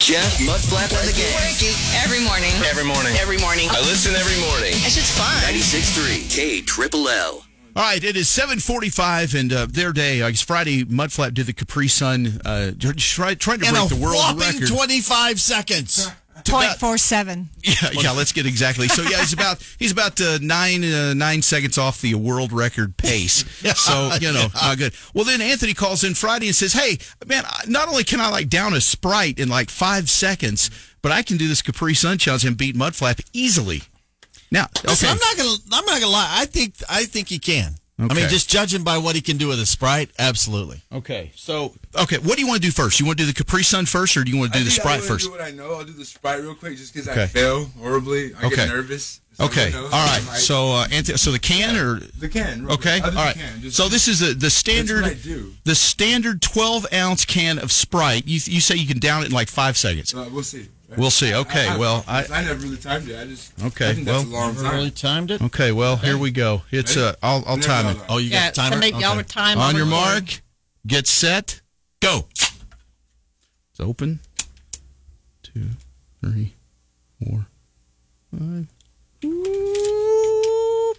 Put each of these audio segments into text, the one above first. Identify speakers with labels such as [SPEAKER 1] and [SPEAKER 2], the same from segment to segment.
[SPEAKER 1] Jeff Mudflap on the game.
[SPEAKER 2] Working every morning.
[SPEAKER 1] Every morning.
[SPEAKER 2] Every morning.
[SPEAKER 1] I listen every morning.
[SPEAKER 2] It's just fun.
[SPEAKER 1] 96.3 K Triple L.
[SPEAKER 3] All right, it is 7:45, and uh, their day. I guess Friday, Mudflap did the Capri Sun, uh, try, trying to
[SPEAKER 4] In a
[SPEAKER 3] break the world
[SPEAKER 4] whopping
[SPEAKER 3] record.
[SPEAKER 4] 25 seconds.
[SPEAKER 5] Point four seven.
[SPEAKER 3] yeah, yeah, let's get exactly. So yeah, he's about he's about uh, nine uh, nine seconds off the world record pace. so you know, not good. Well, then Anthony calls in Friday and says, "Hey, man, I- not only can I like down a Sprite in like five seconds, but I can do this Capri Sun challenge and beat Mudflap easily." Now,
[SPEAKER 4] Listen,
[SPEAKER 3] okay,
[SPEAKER 4] I'm not gonna. I'm not gonna lie. I think. I think he can. I
[SPEAKER 3] Okay.
[SPEAKER 4] mean, just judging by what he can do with a sprite, absolutely.
[SPEAKER 3] okay. So okay, what do you want to do first? You want to do the Capri Sun first, or do you want to do the
[SPEAKER 6] think I
[SPEAKER 3] Sprite
[SPEAKER 6] wanna
[SPEAKER 3] first?
[SPEAKER 6] Do what I know. I'll do the sprite real quick, just because
[SPEAKER 3] Okay.
[SPEAKER 6] I fail horribly. I
[SPEAKER 3] Okay.
[SPEAKER 6] get nervous. So
[SPEAKER 3] Okay.
[SPEAKER 6] you know,
[SPEAKER 3] All right.
[SPEAKER 6] I'm like-
[SPEAKER 3] So, uh, Anthony, so the can or
[SPEAKER 6] the can. real
[SPEAKER 3] okay?
[SPEAKER 6] quick. I'll
[SPEAKER 3] All
[SPEAKER 6] do
[SPEAKER 3] right.
[SPEAKER 6] The can. Just,
[SPEAKER 3] So this is the the standard
[SPEAKER 6] what I do.
[SPEAKER 3] the standard twelve ounce can of Sprite. You you say you can down it in like five seconds.
[SPEAKER 6] Uh, we'll see.
[SPEAKER 3] We'll see. Okay. well, I
[SPEAKER 6] I never really timed it. I just
[SPEAKER 3] Okay,
[SPEAKER 6] I think that's
[SPEAKER 3] well-
[SPEAKER 6] a long time.
[SPEAKER 4] timed it.
[SPEAKER 3] okay. Well, here we go. It's uh, I'll I'll
[SPEAKER 6] Never
[SPEAKER 3] time
[SPEAKER 6] know
[SPEAKER 3] it.
[SPEAKER 6] that.
[SPEAKER 4] Oh, you
[SPEAKER 2] Yeah,
[SPEAKER 4] got a timer.
[SPEAKER 2] somebody- y'all were
[SPEAKER 4] Okay.
[SPEAKER 2] time
[SPEAKER 3] On your
[SPEAKER 2] over.
[SPEAKER 3] mark, get set, go. It's open. Two, three, four, five. Whoop.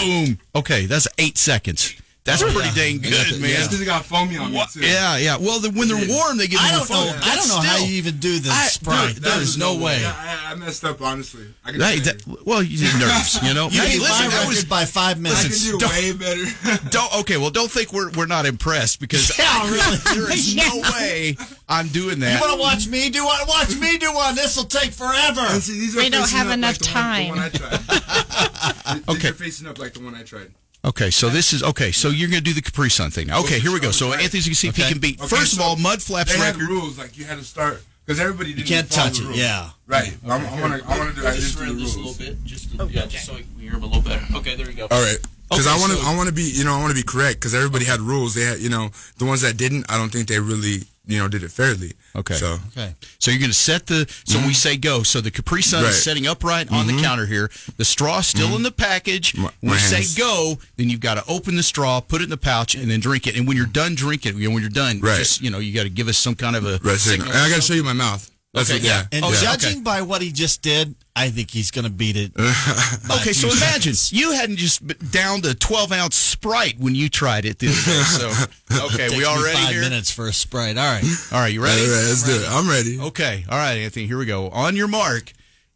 [SPEAKER 3] Boom. Okay, that's eight seconds. That's pretty dang good,
[SPEAKER 6] Yeah,
[SPEAKER 3] man.
[SPEAKER 6] because it got foamy on me
[SPEAKER 3] What-
[SPEAKER 6] too.
[SPEAKER 3] Yeah, yeah. Well, the, when they're warm, they get
[SPEAKER 4] I
[SPEAKER 3] more
[SPEAKER 4] don't know.
[SPEAKER 3] foam.
[SPEAKER 4] I don't
[SPEAKER 3] That's
[SPEAKER 4] know how
[SPEAKER 3] still-
[SPEAKER 4] you even do the
[SPEAKER 3] I-
[SPEAKER 4] sprite.
[SPEAKER 3] dude,
[SPEAKER 6] That
[SPEAKER 4] There's
[SPEAKER 6] was
[SPEAKER 4] no way.
[SPEAKER 6] Yeah, I, I messed up honestly. I can
[SPEAKER 3] Hey,
[SPEAKER 6] say it.
[SPEAKER 3] that- well, you did nerves, you know.
[SPEAKER 4] You
[SPEAKER 3] Hey,
[SPEAKER 4] beat
[SPEAKER 3] listen,
[SPEAKER 4] my
[SPEAKER 3] that
[SPEAKER 4] record
[SPEAKER 3] was-
[SPEAKER 4] by five
[SPEAKER 6] I
[SPEAKER 4] minutes.
[SPEAKER 6] can do
[SPEAKER 3] don't-
[SPEAKER 6] way better.
[SPEAKER 3] don't okay. Well, don't think we're we're not impressed because
[SPEAKER 4] Yeah,
[SPEAKER 3] I-
[SPEAKER 4] really.
[SPEAKER 3] there is no way I'm doing
[SPEAKER 4] you
[SPEAKER 3] that.
[SPEAKER 4] want to watch me do one? Watch me do one. This will take forever.
[SPEAKER 6] And see, these are
[SPEAKER 5] We don't
[SPEAKER 6] facing
[SPEAKER 5] have
[SPEAKER 6] up
[SPEAKER 5] enough
[SPEAKER 6] like the one- the one I tried. These
[SPEAKER 3] Okay.
[SPEAKER 6] are facing up like the one I tried.
[SPEAKER 3] Okay, so this is okay. So you're gonna do the Capri Sun thing. now. Okay, here we go. So Anthony's gonna see if he can beat.
[SPEAKER 6] Okay,
[SPEAKER 3] First of
[SPEAKER 6] so
[SPEAKER 3] all, Mudflap's
[SPEAKER 6] They had
[SPEAKER 3] record.
[SPEAKER 6] rules like you had to start because everybody didn't
[SPEAKER 4] can't
[SPEAKER 6] follow
[SPEAKER 4] touch
[SPEAKER 6] the
[SPEAKER 4] it,
[SPEAKER 6] rules.
[SPEAKER 4] yeah.
[SPEAKER 6] Right. I'm, I want to. I want to do. I just do the rules.
[SPEAKER 7] bit, just to, yeah, just so we can hear him a little better. Okay, there you go.
[SPEAKER 6] All right. Because
[SPEAKER 3] Okay,
[SPEAKER 6] I want to,
[SPEAKER 3] so-
[SPEAKER 6] I want to be, you know, I want to be correct. Because everybody had rules. They had, you know, the ones that didn't, I don't think they really, you know, did it fairly.
[SPEAKER 3] Okay.
[SPEAKER 6] So
[SPEAKER 4] Okay. Mm-hmm.
[SPEAKER 3] So you're gonna set the. So we say go. So the Capri Sun
[SPEAKER 6] Right.
[SPEAKER 3] is setting upright on the counter here. The straw still
[SPEAKER 4] Mm-hmm.
[SPEAKER 3] in the package.
[SPEAKER 6] My-
[SPEAKER 3] we
[SPEAKER 6] my
[SPEAKER 3] say
[SPEAKER 6] hands.
[SPEAKER 3] go. Then you've got to open the straw, put it in the pouch, and then drink it. And when you're done drinking, you know, when you're done,
[SPEAKER 6] Right.
[SPEAKER 3] just you know, you got to give us some kind of a
[SPEAKER 6] right signal.
[SPEAKER 3] signal.
[SPEAKER 6] And I got to show you my mouth. That's
[SPEAKER 3] Okay,
[SPEAKER 6] what,
[SPEAKER 3] yeah. Oh,
[SPEAKER 4] And
[SPEAKER 6] yeah.
[SPEAKER 3] Okay.
[SPEAKER 4] judging by what he just did, I think he's going to beat it. by a
[SPEAKER 3] Okay, so
[SPEAKER 4] few
[SPEAKER 3] imagine
[SPEAKER 4] seconds.
[SPEAKER 3] you hadn't just been down to 12 ounce Sprite when you tried it the other day. So okay,
[SPEAKER 4] Takes
[SPEAKER 3] we
[SPEAKER 4] me
[SPEAKER 3] all ready
[SPEAKER 4] five
[SPEAKER 3] here.
[SPEAKER 4] minutes for a sprite. All right.
[SPEAKER 3] All right, you
[SPEAKER 6] All
[SPEAKER 3] ready?
[SPEAKER 6] right, let's do it. I'm ready.
[SPEAKER 3] Okay. All right, Anthony, here we go. On your mark,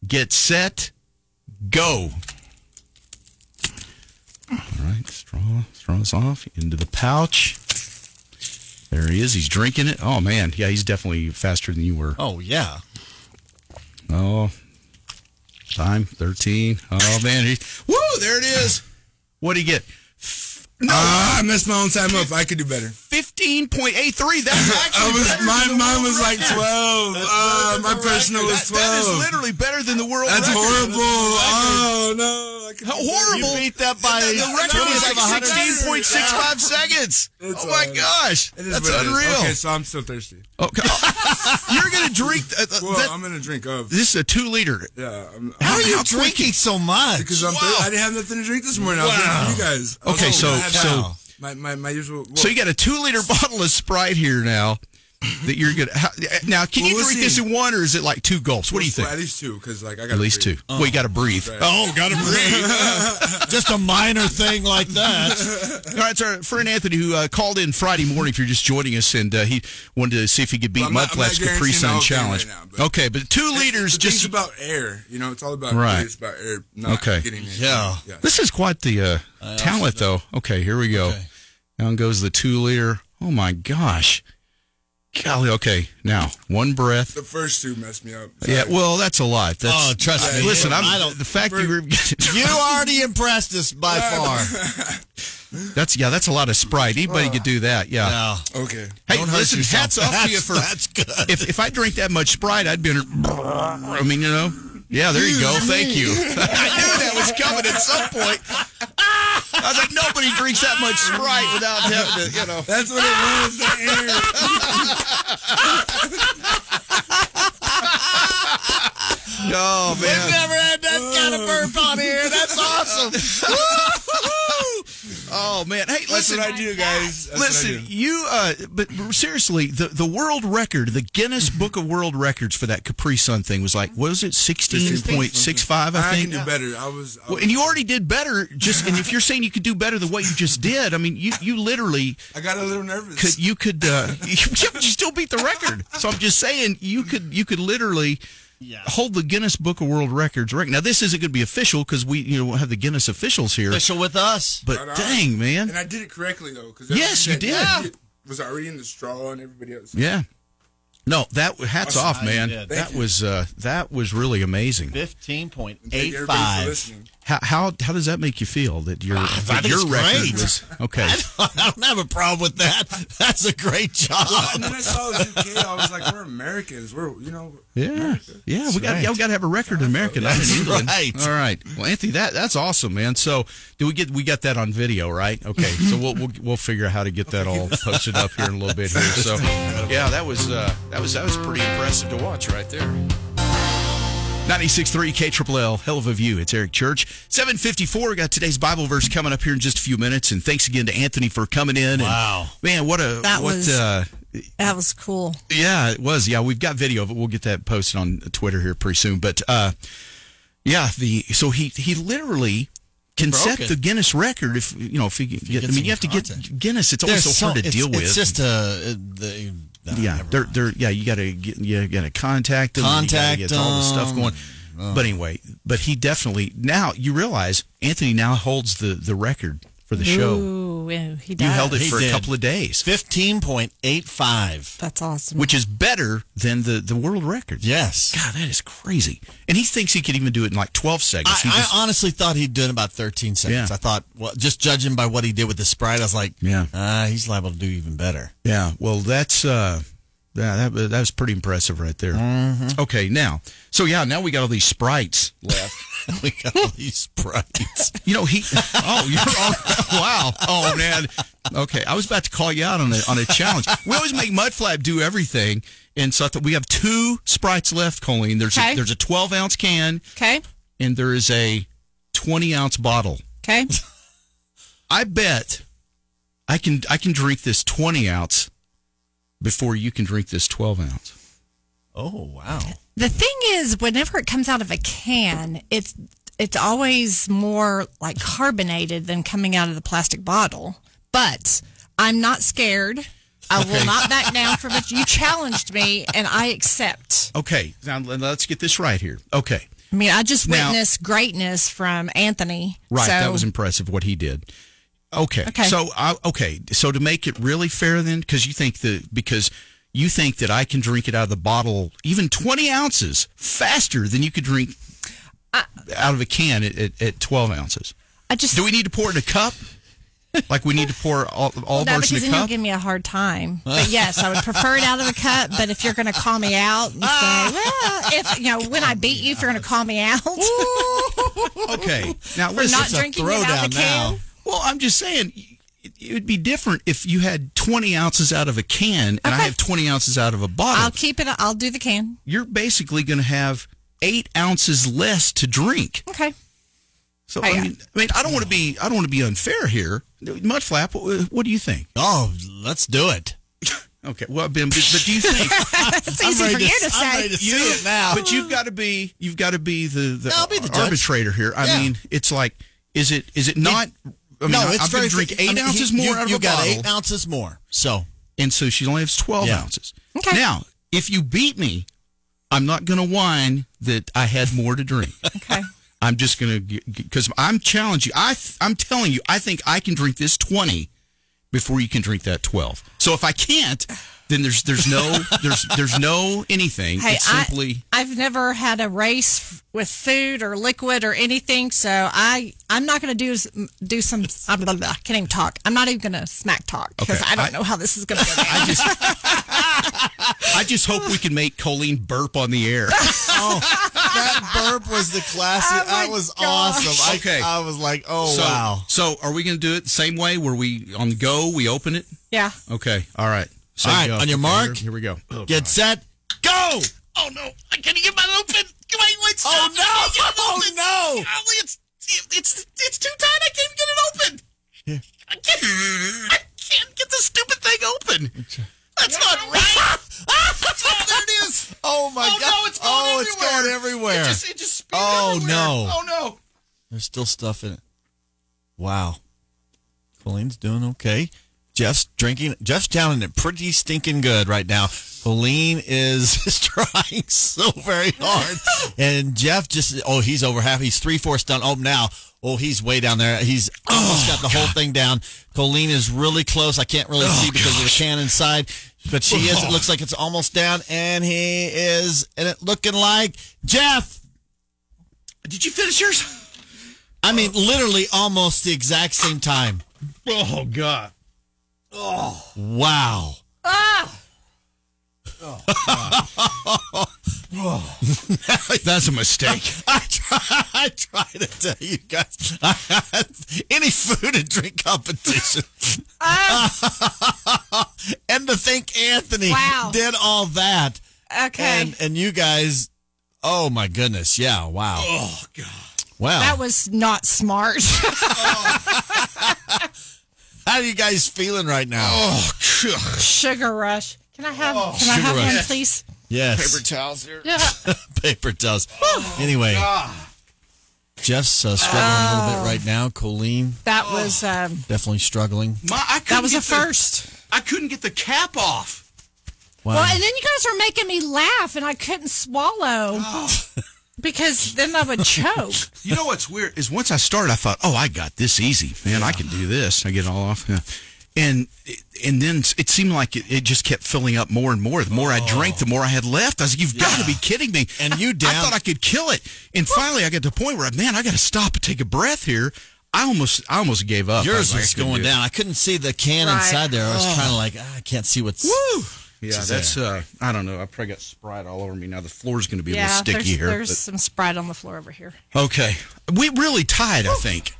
[SPEAKER 3] get set, go. All right, straw, straws off into the pouch. There he is. He's drinking it. Oh, man. Yeah, he's definitely faster than you were.
[SPEAKER 4] Oh yeah.
[SPEAKER 3] Oh, time 13. Oh, man. He, woo, there it is. What'd he get?
[SPEAKER 6] Ah, I messed my own time up. I could do better.
[SPEAKER 3] 15.83. That's
[SPEAKER 6] I
[SPEAKER 3] actually
[SPEAKER 6] was,
[SPEAKER 3] better
[SPEAKER 6] my
[SPEAKER 3] than the
[SPEAKER 6] mine
[SPEAKER 3] world
[SPEAKER 6] was like
[SPEAKER 3] record.
[SPEAKER 6] 12. Ah, my
[SPEAKER 4] Oh,
[SPEAKER 6] personal
[SPEAKER 3] That-
[SPEAKER 6] was 12.
[SPEAKER 3] that is literally better than the world
[SPEAKER 6] That's
[SPEAKER 3] record.
[SPEAKER 6] horrible. Oh no! I could-
[SPEAKER 3] How horrible.
[SPEAKER 4] You beat that by
[SPEAKER 3] the, the record
[SPEAKER 4] twentieth
[SPEAKER 3] was
[SPEAKER 4] of a
[SPEAKER 3] like
[SPEAKER 4] hundred
[SPEAKER 3] 16.65 seconds.
[SPEAKER 6] It's
[SPEAKER 3] oh my
[SPEAKER 6] all right.
[SPEAKER 3] gosh.
[SPEAKER 6] It is
[SPEAKER 3] That's
[SPEAKER 6] what it is.
[SPEAKER 3] unreal.
[SPEAKER 6] Okay, so I'm still thirsty.
[SPEAKER 3] Oh, God. You're going to drink. Uh, uh,
[SPEAKER 6] Well,
[SPEAKER 3] that-
[SPEAKER 6] I'm gonna drink of.
[SPEAKER 3] this is a two liter.
[SPEAKER 6] Yeah. I'm,
[SPEAKER 4] How
[SPEAKER 6] I'm-
[SPEAKER 4] are you
[SPEAKER 3] How quick
[SPEAKER 4] drinking so much?
[SPEAKER 6] Because I'm
[SPEAKER 3] Wow.
[SPEAKER 6] thir- I didn't have nothing to drink this morning. I was
[SPEAKER 3] Wow.
[SPEAKER 6] wow. for you guys. I was
[SPEAKER 3] Okay,
[SPEAKER 6] home.
[SPEAKER 3] so-
[SPEAKER 6] I had
[SPEAKER 3] so-
[SPEAKER 6] my, my my usual. Well,
[SPEAKER 3] So you got a two liter bottle of Sprite here now that you're going to. Now, can you
[SPEAKER 6] Well, we'll
[SPEAKER 3] drink this
[SPEAKER 6] see.
[SPEAKER 3] in one or is it like two gulps? What do you
[SPEAKER 6] well, At
[SPEAKER 3] think?
[SPEAKER 6] least two, because like I got
[SPEAKER 3] At least two. Well, you got to breathe.
[SPEAKER 4] Oh, gotta breathe. Just a minor thing like that.
[SPEAKER 3] All right, it's our friend Anthony who uh, called in Friday morning. If you're just joining us, and uh, he wanted to see if he could beat
[SPEAKER 6] Well, I'm not- I'm not
[SPEAKER 3] Mudflap's Capri
[SPEAKER 6] guaranteeing
[SPEAKER 3] Sun
[SPEAKER 6] I'll be right
[SPEAKER 3] challenge.
[SPEAKER 6] now, but-
[SPEAKER 3] okay, but two liters
[SPEAKER 6] It's just
[SPEAKER 3] just.
[SPEAKER 6] about air. You know, it's all about
[SPEAKER 3] Right.
[SPEAKER 6] air. It's about air. Not
[SPEAKER 3] Okay.
[SPEAKER 6] Getting it.
[SPEAKER 4] Yeah.
[SPEAKER 6] Yeah.
[SPEAKER 3] This is quite the uh, talent, though. Okay, here we go. Down goes the two liter. Oh my gosh! Golly, okay. Now, one breath.
[SPEAKER 6] The first two messed me up.
[SPEAKER 3] Yeah, well, that's a lot. That's,
[SPEAKER 4] Oh, trust me.
[SPEAKER 3] Listen, I'm,
[SPEAKER 4] I don't-
[SPEAKER 3] the fact you were.
[SPEAKER 4] You already impressed us by far.
[SPEAKER 3] That's yeah, that's a lot of Sprite. Anybody could do that. Yeah.
[SPEAKER 4] No,
[SPEAKER 6] Okay.
[SPEAKER 3] Hey,
[SPEAKER 4] don't hurt
[SPEAKER 3] listen,
[SPEAKER 4] yourself.
[SPEAKER 3] hats off to you
[SPEAKER 4] That's-
[SPEAKER 3] for
[SPEAKER 4] that's good.
[SPEAKER 3] If if I drink that much Sprite, I'd be. In a, I mean, you know. Yeah, there you go. Thank you. I knew that was coming at some point. I was like, nobody drinks that much Sprite without having to, you know.
[SPEAKER 6] That's what it was. The air.
[SPEAKER 3] Oh man.
[SPEAKER 4] never had that kind of burp on here. That's awesome.
[SPEAKER 3] Oh man. Hey,
[SPEAKER 6] That's
[SPEAKER 3] listen.
[SPEAKER 6] what I do, guys. That's
[SPEAKER 3] Listen,
[SPEAKER 6] What I do.
[SPEAKER 3] you. Uh, but seriously, the, the world record, the Guinness Book of World Records for that Capri Sun thing was like, what was it, sixteen point six five? I
[SPEAKER 6] I
[SPEAKER 3] think.
[SPEAKER 6] can do better. I was. I,
[SPEAKER 3] Well, and you already did better. Just and if you're saying you could do better than what you just did, I mean, you you literally
[SPEAKER 6] I got a little nervous.
[SPEAKER 3] could you could uh, you, you still beat the record. So I'm just saying you could you could literally hold the Guinness Book of World Records record. Now this isn't going to be official because we you know won't have the Guinness officials here.
[SPEAKER 4] Official with us.
[SPEAKER 3] But dang
[SPEAKER 6] and
[SPEAKER 3] man,
[SPEAKER 6] I did it correctly though. 'cause
[SPEAKER 3] Yes,
[SPEAKER 6] everybody
[SPEAKER 3] you
[SPEAKER 6] that-
[SPEAKER 3] did.
[SPEAKER 6] Was already in the straw and everybody else.
[SPEAKER 3] yeah. No, that hats off, man. That was uh, that was really amazing.
[SPEAKER 4] Fifteen point
[SPEAKER 6] Thank
[SPEAKER 4] eight
[SPEAKER 6] everybody for
[SPEAKER 4] five.
[SPEAKER 6] listening.
[SPEAKER 3] How, how how does that make you feel that your that
[SPEAKER 4] Ah, think
[SPEAKER 3] your
[SPEAKER 4] it's
[SPEAKER 3] record
[SPEAKER 4] great.
[SPEAKER 3] was okay?
[SPEAKER 4] I don't have a problem with that. That's a great job.
[SPEAKER 6] And then I saw it was UK. I was like, we're Americans. We're you know.
[SPEAKER 3] Yeah, yeah, we got
[SPEAKER 4] right.
[SPEAKER 3] yeah, we got to have a record in America, not
[SPEAKER 4] That's
[SPEAKER 3] in England.
[SPEAKER 4] right.
[SPEAKER 3] All right, well, Anthony, that that's awesome, man. So, do we get we got that on video, right? Okay, so we'll we'll, we'll figure out how to get that all posted up here in a little bit here. So, yeah, that was uh, that was that was pretty impressive to watch right there. 96.3 K Triple L, hell of a view. It's Eric Church. 754, got today's Bible verse coming up here in just a few minutes. And thanks again to Anthony for coming in.
[SPEAKER 4] Wow.
[SPEAKER 3] And, man, what a,
[SPEAKER 2] That
[SPEAKER 3] what,
[SPEAKER 2] was-
[SPEAKER 3] uh,
[SPEAKER 2] That was cool.
[SPEAKER 3] yeah, it was. Yeah, we've got video of it. We'll get that posted on Twitter here pretty soon. But uh, yeah, the so he he literally can set
[SPEAKER 4] it.
[SPEAKER 3] the Guinness record if you know if he, get, I
[SPEAKER 4] gets
[SPEAKER 3] mean
[SPEAKER 4] some
[SPEAKER 3] you have to get
[SPEAKER 4] content.
[SPEAKER 3] Guinness. It's always so, hard to
[SPEAKER 4] it's,
[SPEAKER 3] deal with.
[SPEAKER 4] It's just uh, a. The,
[SPEAKER 3] yeah, they're, they're yeah you got to get you got to contact them. and
[SPEAKER 4] Contact
[SPEAKER 3] you gotta get all the stuff
[SPEAKER 4] them. Oh.
[SPEAKER 3] going. But anyway, but he definitely now you realize Anthony now holds the the record for the show.
[SPEAKER 2] Ooh, yeah, he
[SPEAKER 3] You
[SPEAKER 2] died.
[SPEAKER 3] held it
[SPEAKER 4] He
[SPEAKER 3] for a
[SPEAKER 4] did.
[SPEAKER 3] couple of days,
[SPEAKER 4] Fifteen point eight five.
[SPEAKER 2] That's awesome.
[SPEAKER 3] which is better than the the world record.
[SPEAKER 4] Yes.
[SPEAKER 3] God, that is crazy. And he thinks he could even do it in like 12 seconds.
[SPEAKER 4] I,
[SPEAKER 3] He just-
[SPEAKER 4] I honestly thought he'd do it in about 13 seconds.
[SPEAKER 3] Yeah.
[SPEAKER 4] I thought, well, just judging by what he did with the Sprite, I was like,
[SPEAKER 3] Yeah.
[SPEAKER 4] uh, he's liable to do even better.
[SPEAKER 3] yeah, well, that's, uh, yeah, that, that was pretty impressive right there.
[SPEAKER 4] Mm-hmm.
[SPEAKER 3] Okay, now, so yeah, now we got all these sprites.
[SPEAKER 4] we got all these Sprites.
[SPEAKER 3] You know, he, oh, you're all, wow. Oh, man. Okay, I was about to call you out on a, on a challenge. We always make Mudflap do everything. And so I thought we have two sprites left, Colleen. There's,
[SPEAKER 2] Okay.
[SPEAKER 3] a, there's a 12 ounce can
[SPEAKER 2] Okay.
[SPEAKER 3] and there is a 20 ounce bottle.
[SPEAKER 2] Okay.
[SPEAKER 3] I bet I can I can drink this twenty ounce before you can drink this twelve ounce.
[SPEAKER 4] oh, wow.
[SPEAKER 2] The thing is, whenever it comes out of a can, it's it's always more like carbonated than coming out of the plastic bottle. But I'm not scared. I will not back down from it. You challenged me, and I accept.
[SPEAKER 3] Okay, now let- let's get this right here. Okay,
[SPEAKER 2] I mean, I just
[SPEAKER 3] Now-
[SPEAKER 2] witnessed greatness from Anthony.
[SPEAKER 3] right,
[SPEAKER 2] So,
[SPEAKER 3] that was impressive what he did. Okay,
[SPEAKER 2] Okay.
[SPEAKER 3] so I, okay, so to make it really fair, then, because you think that because you think that I can drink it out of the bottle, even twenty ounces faster than you could drink out of a can at, at, at twelve ounces.
[SPEAKER 2] I just
[SPEAKER 3] Do we need to pour it in a cup? Like we need to pour all, all of
[SPEAKER 2] no,
[SPEAKER 3] ours in
[SPEAKER 2] because
[SPEAKER 3] a
[SPEAKER 2] then you'll
[SPEAKER 3] cup?
[SPEAKER 2] give me a hard time. But yes, I would prefer it out of a cup. But if you're going to call me out and say, well, if you know when I beat you, if you're going to call me out
[SPEAKER 3] Okay, now
[SPEAKER 2] for
[SPEAKER 3] listen.
[SPEAKER 2] not drinking it out of the
[SPEAKER 4] throwdown
[SPEAKER 2] can,
[SPEAKER 4] now.
[SPEAKER 3] Well, I'm just saying it, it would be different if you had 20 ounces out of a can and I
[SPEAKER 2] Okay.
[SPEAKER 3] have 20 ounces out of a bottle.
[SPEAKER 2] I'll keep it. I'll do the can.
[SPEAKER 3] You're basically going to have eight ounces less to drink.
[SPEAKER 2] Okay.
[SPEAKER 3] So
[SPEAKER 4] Oh,
[SPEAKER 2] I
[SPEAKER 3] I
[SPEAKER 2] got
[SPEAKER 3] mean, I mean, I don't want to be I don't want to be unfair here. Mudflap, what, what do you think?
[SPEAKER 4] Oh, let's do it.
[SPEAKER 3] Okay, well, Ben, but, but do you think?
[SPEAKER 2] It's easy for you to
[SPEAKER 4] I'm
[SPEAKER 2] say.
[SPEAKER 4] ready to see it now.
[SPEAKER 3] But you've got to be you've got to be the the,
[SPEAKER 4] No, I'll be the judge.
[SPEAKER 3] arbitrator here. I
[SPEAKER 4] Yeah.
[SPEAKER 3] mean, it's like is it is it not? I mean,
[SPEAKER 4] no,
[SPEAKER 3] I-
[SPEAKER 4] it's
[SPEAKER 3] I've
[SPEAKER 4] very
[SPEAKER 3] been drink
[SPEAKER 4] I
[SPEAKER 3] eight
[SPEAKER 4] mean, he-
[SPEAKER 3] ounces more
[SPEAKER 4] you,
[SPEAKER 3] out of
[SPEAKER 4] you
[SPEAKER 3] a
[SPEAKER 4] got
[SPEAKER 3] bottle.
[SPEAKER 4] eight ounces more. So
[SPEAKER 3] and so she only has 12
[SPEAKER 4] Yeah.
[SPEAKER 3] ounces.
[SPEAKER 2] Okay.
[SPEAKER 3] Now, if you beat me, I'm not going to whine that I had more to drink.
[SPEAKER 2] Okay.
[SPEAKER 3] I'm just going to because I'm challenging you. I th- I'm telling you, I think I can drink this 20 before you can drink that 12. So if I can't, then there's there's no there's there's no anything.
[SPEAKER 2] Hey,
[SPEAKER 3] it's
[SPEAKER 2] I,
[SPEAKER 3] simply
[SPEAKER 2] I've never had a race f- with food or liquid or anything, so I I'm not going to do s- do some. Blah, blah, blah, I can't even talk. I'm not even going to smack talk because
[SPEAKER 3] Okay,
[SPEAKER 2] I don't
[SPEAKER 3] I-
[SPEAKER 2] know how this is going to go down.
[SPEAKER 3] I just I just hope we can make Colleen burp on the air.
[SPEAKER 4] Oh, that burp was the classic.
[SPEAKER 2] Oh my
[SPEAKER 4] that was
[SPEAKER 2] gosh.
[SPEAKER 4] awesome. I,
[SPEAKER 3] Okay.
[SPEAKER 4] I was like, oh
[SPEAKER 3] So,
[SPEAKER 4] wow.
[SPEAKER 3] So are we going to do it the same way where we on the go we open it?
[SPEAKER 2] yeah.
[SPEAKER 3] Okay. All right. So
[SPEAKER 4] All right,
[SPEAKER 3] go.
[SPEAKER 4] on your
[SPEAKER 3] Okay,
[SPEAKER 4] mark.
[SPEAKER 3] Here, here we go.
[SPEAKER 4] Get set. Go.
[SPEAKER 7] Oh no! I can't get mine open. Come on, wait!
[SPEAKER 4] Oh
[SPEAKER 7] stop.
[SPEAKER 4] no! Oh no!
[SPEAKER 7] Golly, it's it's it's too tight. I can't get it open. I can't. I can't get the stupid thing open. That's not right. oh,
[SPEAKER 3] Ah,
[SPEAKER 7] there it is.
[SPEAKER 4] Oh my
[SPEAKER 7] Oh,
[SPEAKER 4] god!
[SPEAKER 7] no, it's going
[SPEAKER 4] oh, it's
[SPEAKER 7] everywhere.
[SPEAKER 4] going everywhere.
[SPEAKER 7] It just it just. spilled
[SPEAKER 4] Oh,
[SPEAKER 7] everywhere.
[SPEAKER 4] no.
[SPEAKER 7] Oh no!
[SPEAKER 4] There's still stuff in it. Wow. Colleen's doing okay. Jeff's drinking. Jeff's down in it pretty stinking good right now. Colleen is trying so very hard. And Jeff just, oh, he's over half. He's three fourths done. Oh, now. Oh, he's way down there. He's
[SPEAKER 7] Oh,
[SPEAKER 4] almost got the whole thing down. Colleen is really close. I can't really
[SPEAKER 7] Oh,
[SPEAKER 4] see because of the can inside. But she is, it looks like it's almost down. And he is, and it looking like Jeff.
[SPEAKER 3] Did you finish yours?
[SPEAKER 4] I mean, literally almost the exact same time.
[SPEAKER 3] Oh God.
[SPEAKER 4] Wow.
[SPEAKER 3] That's a mistake.
[SPEAKER 4] I try, I try to tell you guys, I had any food and drink competition. and to think Anthony
[SPEAKER 2] Wow.
[SPEAKER 4] did all that.
[SPEAKER 2] Okay.
[SPEAKER 4] And and you guys, oh my goodness, yeah, wow. Oh God. Wow.
[SPEAKER 2] that was not smart.
[SPEAKER 4] How are you guys feeling right now?
[SPEAKER 2] Sugar rush. Can I have?
[SPEAKER 3] Oh.
[SPEAKER 2] can I
[SPEAKER 4] Sugar
[SPEAKER 2] have one,
[SPEAKER 4] rush.
[SPEAKER 2] please?
[SPEAKER 4] yes.
[SPEAKER 7] Paper towels here.
[SPEAKER 4] paper towels. anyway, Jeff's uh, struggling a little bit right now. Colleen
[SPEAKER 3] Oh.
[SPEAKER 2] That was um,
[SPEAKER 4] definitely struggling.
[SPEAKER 7] My, I couldn't
[SPEAKER 2] that was
[SPEAKER 7] get
[SPEAKER 2] a first.
[SPEAKER 7] The, I couldn't get the cap off.
[SPEAKER 4] Wow.
[SPEAKER 2] Well, and then you guys were making me laugh, and I couldn't swallow
[SPEAKER 3] Oh.
[SPEAKER 2] because then I would choke.
[SPEAKER 3] You know what's weird is once I started, I thought, "Oh, I got this easy, man. I can do this. I get it all off." Yeah. And and then it seemed like it, it just kept filling up more and more. The more I drank, the more I had left. I was like, "You've got to be kidding me!"
[SPEAKER 4] And you
[SPEAKER 3] I
[SPEAKER 4] down-
[SPEAKER 3] thought I could kill it. And finally, I got to the point where, man, I got to stop and take a breath here. I almost, I almost gave up. I
[SPEAKER 4] Yours
[SPEAKER 3] like,
[SPEAKER 4] was
[SPEAKER 3] I couldn't
[SPEAKER 4] going
[SPEAKER 3] do it.
[SPEAKER 4] down. I couldn't see the can
[SPEAKER 2] Right.
[SPEAKER 4] inside there. I was kind of like, ah, I can't see what's.
[SPEAKER 3] Woo! Yeah, that's. Uh, I don't know. I probably got Sprite all over me now. The floor's going to be a little sticky
[SPEAKER 2] there's,
[SPEAKER 3] here.
[SPEAKER 2] there's some Sprite on the floor over here.
[SPEAKER 3] but- okay, we really tied. I think.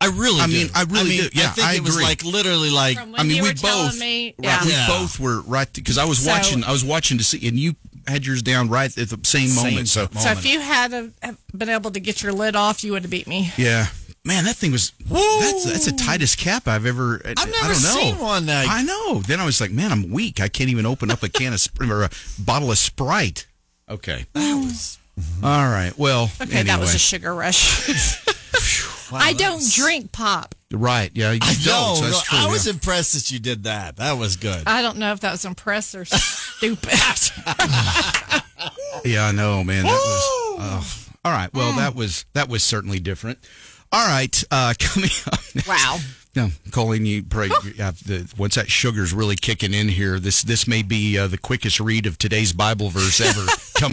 [SPEAKER 4] I really.
[SPEAKER 3] I
[SPEAKER 4] do.
[SPEAKER 3] mean, I really do. Yeah,
[SPEAKER 4] I think
[SPEAKER 3] I
[SPEAKER 4] it was
[SPEAKER 3] agree.
[SPEAKER 4] like literally like.
[SPEAKER 2] From when
[SPEAKER 3] I mean,
[SPEAKER 2] you
[SPEAKER 3] we
[SPEAKER 2] were telling
[SPEAKER 3] both,
[SPEAKER 2] me,
[SPEAKER 3] right,
[SPEAKER 2] yeah.
[SPEAKER 3] we
[SPEAKER 4] Yeah.
[SPEAKER 3] both were right because I was
[SPEAKER 2] So-
[SPEAKER 3] watching. I was watching to see, and you had yours down right at the same,
[SPEAKER 4] Same
[SPEAKER 3] moment. So,
[SPEAKER 2] So if you had uh, have been able to get your lid off, you would have beat me.
[SPEAKER 3] yeah, man, that thing was that's that's the tightest cap I've ever.
[SPEAKER 4] I've never
[SPEAKER 3] I don't know.
[SPEAKER 4] seen one that-
[SPEAKER 3] I know. Then I was like, man, I'm weak. I can't even open up a can of Spr- or a bottle of Sprite. Okay. That was. All right. Well.
[SPEAKER 2] Okay, that was
[SPEAKER 3] anyway.
[SPEAKER 2] a sugar rush. I don't drink pop.
[SPEAKER 3] right. Yeah. You
[SPEAKER 4] I
[SPEAKER 3] don't.
[SPEAKER 4] know.
[SPEAKER 3] so that's
[SPEAKER 4] no,
[SPEAKER 3] true,
[SPEAKER 4] I
[SPEAKER 3] yeah.
[SPEAKER 4] was impressed that you did that. That was good.
[SPEAKER 2] I don't know if that was impressed or stupid.
[SPEAKER 3] Yeah, I know, man. That was oh. all right. Well,
[SPEAKER 2] Mm.
[SPEAKER 3] that was that was certainly different. All right, uh, coming up. Next,
[SPEAKER 2] Wow.
[SPEAKER 3] No, Colleen, you probably have the, once that sugar's really kicking in here. This this may be uh, the quickest read of today's Bible verse ever. coming.